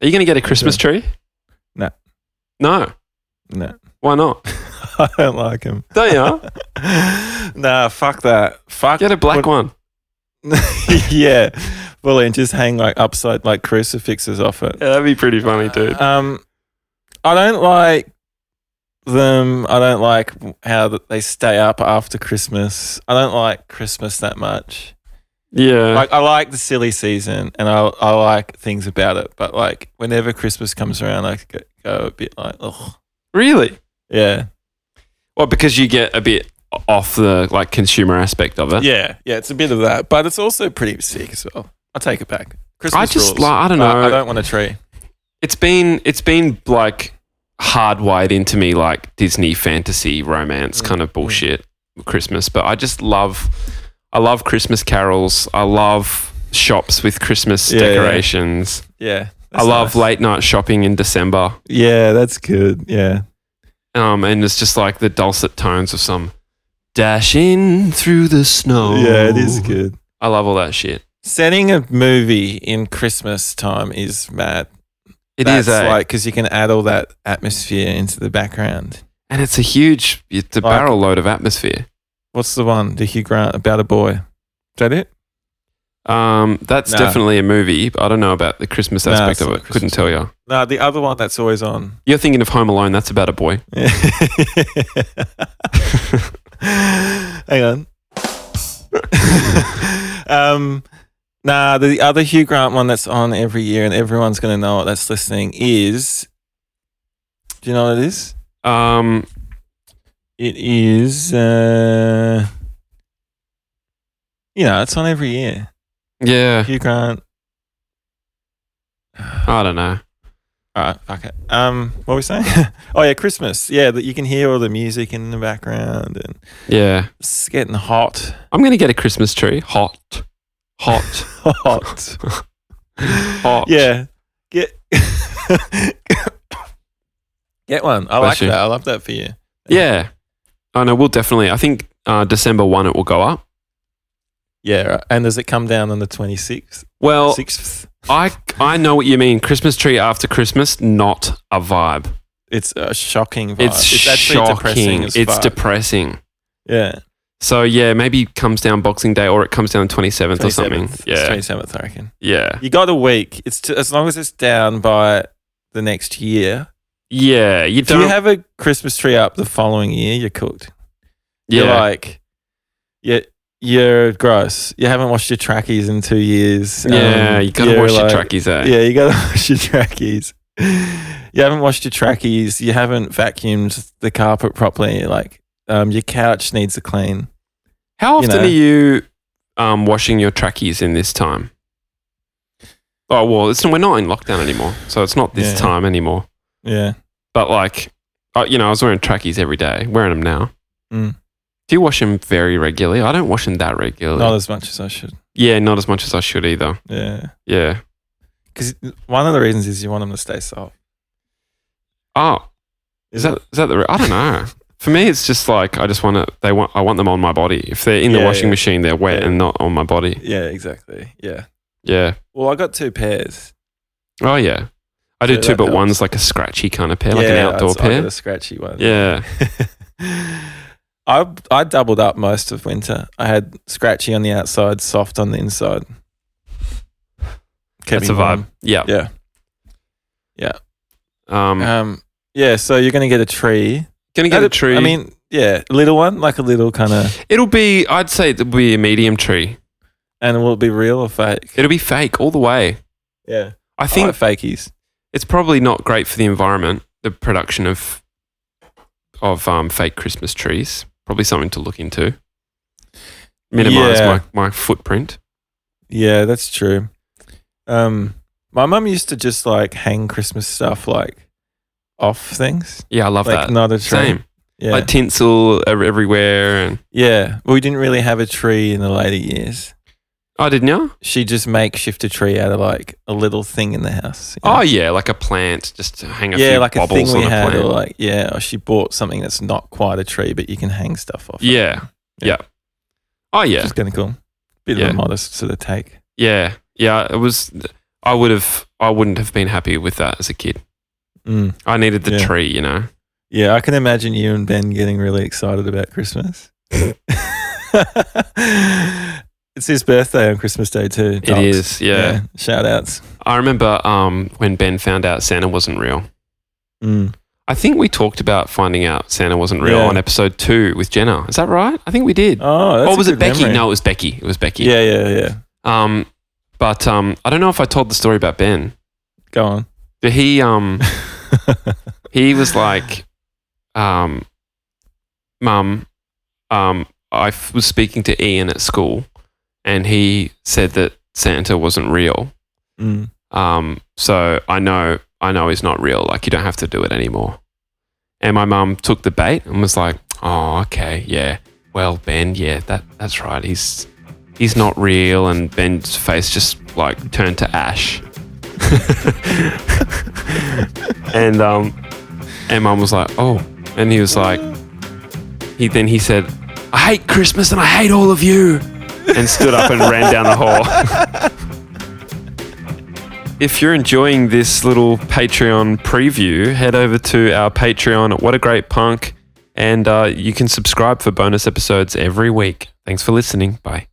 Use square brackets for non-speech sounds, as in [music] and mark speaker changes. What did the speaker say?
Speaker 1: Are you going to get a Christmas tree?
Speaker 2: No.
Speaker 1: No.
Speaker 2: No,
Speaker 1: Why not?
Speaker 2: [laughs] I don't like him.
Speaker 1: Don't you?
Speaker 2: [laughs] nah, fuck that. Fuck. [laughs]
Speaker 1: Get a black one.
Speaker 2: Put- yeah, well, and just hang like upside like crucifixes off it.
Speaker 1: Yeah, that'd be pretty funny, dude.
Speaker 2: Um, I don't like them. I don't like how that they stay up after Christmas. I don't like Christmas that much.
Speaker 1: Yeah.
Speaker 2: Like I like the silly season, and I I like things about it. But like whenever Christmas comes around, I go, go a bit like, oh,
Speaker 1: really?
Speaker 2: yeah,
Speaker 1: Well, because you get a bit off the like consumer aspect [laughs] of it.
Speaker 2: yeah, yeah. It's a bit of that, but it's also pretty sick as well. I take it back. Christmas
Speaker 1: I just
Speaker 2: rules.
Speaker 1: like I don't know.
Speaker 2: But I don't want a tree.
Speaker 1: it's been it's been like hardwired into me like Disney fantasy romance kind of bullshit Christmas, but I just love I love Christmas carols. I love shops with Christmas
Speaker 2: Yeah, yeah.
Speaker 1: decorations.
Speaker 2: Yeah,
Speaker 1: I love late
Speaker 2: like.
Speaker 1: night shopping in December.
Speaker 2: Yeah, that's good. Yeah.
Speaker 1: Um, and it's just like the dulcet tones of some dashing through the snow.
Speaker 2: Yeah, it
Speaker 1: Oh.
Speaker 2: is good.
Speaker 1: I love all that shit.
Speaker 2: Setting a movie in Christmas time is mad.
Speaker 1: It
Speaker 2: That's
Speaker 1: is eh?
Speaker 2: like because you can add all that atmosphere into the background.
Speaker 1: and it's a huge, it's a
Speaker 2: Like-
Speaker 1: barrel load of atmosphere.
Speaker 2: What's the one? The Hugh Grant about a boy. Is that it?
Speaker 1: Um, that's
Speaker 2: Nah.
Speaker 1: definitely a movie. But I don't know about the Christmas
Speaker 2: Nah,
Speaker 1: aspect
Speaker 2: it's
Speaker 1: of
Speaker 2: not
Speaker 1: it. Couldn't
Speaker 2: Christmas.
Speaker 1: tell you.
Speaker 2: No, the other one that's always on.
Speaker 1: You're thinking of Home Alone. That's about a boy.
Speaker 2: [laughs] Hang on. [laughs] um, nah, the other Hugh Grant one that's on every year and everyone's going to know it that's listening is. Do you know what it is?
Speaker 1: Um,
Speaker 2: It is, uh, you know, it's on every year.
Speaker 1: yeah,
Speaker 2: Hugh Grant. [sighs]
Speaker 1: I don't know.
Speaker 2: All right, okay. Um, what were we saying? [laughs] oh yeah, Christmas. Yeah, that you can hear all the music in the background and
Speaker 1: Yeah,
Speaker 2: it's getting hot,
Speaker 1: I'm gonna get a Christmas tree. Hot,
Speaker 2: [laughs]
Speaker 1: hot,
Speaker 2: hot.
Speaker 1: hot.
Speaker 2: [laughs] yeah, get [coughs] get one. I like
Speaker 1: Bless you.
Speaker 2: that. I love that for you.
Speaker 1: yeah. I know. We'll definitely. I think uh, December one it will go up.
Speaker 2: Yeah, right. and does it come down on the twenty sixth,
Speaker 1: Well,
Speaker 2: sixth?
Speaker 1: I I know what you mean. Christmas tree after Christmas, not a vibe.
Speaker 2: It's a shocking vibe.
Speaker 1: It's, shocking.
Speaker 2: as
Speaker 1: it's
Speaker 2: fuck.
Speaker 1: depressing.
Speaker 2: yeah.
Speaker 1: So yeah, maybe it comes down Boxing Day or it comes down twenty seventh or something. Yeah,
Speaker 2: twenty seventh. I reckon.
Speaker 1: yeah,
Speaker 2: You got a week. It's to, as long as it's down by the next year.
Speaker 1: yeah. You
Speaker 2: If you
Speaker 1: don't.
Speaker 2: have a Christmas tree up the following year, you're cooked. You're
Speaker 1: yeah,
Speaker 2: like, you're, you're gross. You haven't washed your trackies in two years. Um,
Speaker 1: yeah. You gotta
Speaker 2: you're
Speaker 1: wash your
Speaker 2: like-
Speaker 1: trackies eh? out.
Speaker 2: Yeah, you gotta [laughs] wash your trackies. You haven't washed your trackies. You haven't vacuumed the carpet properly. Like, um, your couch needs a clean.
Speaker 1: How
Speaker 2: you
Speaker 1: often
Speaker 2: know.
Speaker 1: are you um, washing your trackies in this time? Oh well, it's, we're not in lockdown anymore, so it's not this
Speaker 2: Yeah.
Speaker 1: time anymore.
Speaker 2: Yeah.
Speaker 1: But like, uh, you know, I was wearing trackies every day, wearing them now.
Speaker 2: Mm.
Speaker 1: Do you wash them very regularly? I don't wash them that regularly.
Speaker 2: Not as much as I should.
Speaker 1: yeah, not as much as I should either.
Speaker 2: Yeah.
Speaker 1: Yeah.
Speaker 2: Because one of the reasons is you want them to stay soft.
Speaker 1: Oh, is that is that the? re- I don't know. For me, it's just like I just want to. They want. I want them on my body. If they're in the
Speaker 2: Yeah,
Speaker 1: washing
Speaker 2: yeah.
Speaker 1: machine, they're wet
Speaker 2: Yeah.
Speaker 1: and not on my body.
Speaker 2: Yeah, exactly. Yeah.
Speaker 1: Yeah.
Speaker 2: Well, I got two pairs.
Speaker 1: Oh yeah. I do
Speaker 2: So
Speaker 1: too,
Speaker 2: that
Speaker 1: but
Speaker 2: helps.
Speaker 1: one's like a scratchy kind of pair, like an
Speaker 2: Yeah,
Speaker 1: outdoor
Speaker 2: it's- I got
Speaker 1: pair.
Speaker 2: a scratchy one.
Speaker 1: Yeah.
Speaker 2: I I doubled up most of winter. I had scratchy on the outside, soft on the inside. [laughs] Kept
Speaker 1: That's
Speaker 2: me
Speaker 1: a vibe.
Speaker 2: warm.
Speaker 1: Yeah.
Speaker 2: Yeah.
Speaker 1: Um,
Speaker 2: Um. Yeah. So you're gonna get a tree.
Speaker 1: gonna get a
Speaker 2: That'd-
Speaker 1: tree.
Speaker 2: I mean, yeah, a little one, like a little kind of,
Speaker 1: it'll be. I'd say it'll be a medium tree.
Speaker 2: and will it be real or fake?
Speaker 1: It'll be fake all the way.
Speaker 2: Yeah.
Speaker 1: I
Speaker 2: I
Speaker 1: think
Speaker 2: think fakies.
Speaker 1: it's probably not great for the environment. The production of of um, fake Christmas trees. Probably something to look into. Minimize
Speaker 2: Yeah.
Speaker 1: my, my footprint.
Speaker 2: Yeah, that's true. Um, my mum used to just like hang Christmas stuff like off things,
Speaker 1: Yeah, I love
Speaker 2: like
Speaker 1: that.
Speaker 2: not a tree.
Speaker 1: Same.
Speaker 2: Yeah.
Speaker 1: Like tinsel ev- everywhere, and
Speaker 2: Yeah. Well, we didn't really have a tree in the later years.
Speaker 1: oh, didn't you?
Speaker 2: She just makeshift a tree out of like a little thing in the house. you know?
Speaker 1: Oh yeah, like a plant, just to hang a
Speaker 2: yeah,
Speaker 1: few
Speaker 2: like a
Speaker 1: bubbles
Speaker 2: thing we
Speaker 1: on a
Speaker 2: had,
Speaker 1: plant.
Speaker 2: or like yeah, or she bought something that's not quite a tree, but you can hang stuff off. it,
Speaker 1: yeah,
Speaker 2: Yeah.
Speaker 1: yeah. Oh yeah,
Speaker 2: which is kind of cool. Bit
Speaker 1: Yeah.
Speaker 2: of a modest sort of take.
Speaker 1: Yeah, yeah. It was. I would have I wouldn't have been happy with that as a kid.
Speaker 2: Mm.
Speaker 1: I needed the
Speaker 2: Yeah.
Speaker 1: tree, you know.
Speaker 2: Yeah, I can imagine you and Ben getting really excited about Christmas. [laughs] it's his birthday on Christmas Day too.
Speaker 1: It
Speaker 2: dogs.
Speaker 1: is, yeah.
Speaker 2: Shout outs.
Speaker 1: I remember um, when Ben found out Santa wasn't real.
Speaker 2: Mm.
Speaker 1: I think we talked about finding out Santa wasn't real
Speaker 2: Yeah.
Speaker 1: on episode two with Jenna. Is that right? I think we did.
Speaker 2: Oh, that's
Speaker 1: or
Speaker 2: a
Speaker 1: was it
Speaker 2: good
Speaker 1: Becky?
Speaker 2: memory.
Speaker 1: No, it was Becky. It was Becky.
Speaker 2: Yeah, yeah, yeah.
Speaker 1: Um, but um, I don't know if I told the story about Ben.
Speaker 2: Go on. [laughs]
Speaker 1: But he um he was like, um, Mum, um, I f- was speaking to Ian at school, and he said that Santa wasn't real.
Speaker 2: Mm.
Speaker 1: Um, so I know, I know he's not real. Like you don't have to do it anymore. And my mum took the bait and was like, "Oh, okay, yeah. Well, Ben, yeah, that that's right. He's he's not real." And Ben's face just like turned to ash. [laughs] and um, and mum was like, "Oh," and he was like, he then he said, "I hate Christmas and I hate all of you," and stood up and ran down the hall. If you're enjoying this little Patreon preview, head over to our Patreon at What a Great Punk, and uh, you can subscribe for bonus episodes every week. Thanks for listening. Bye.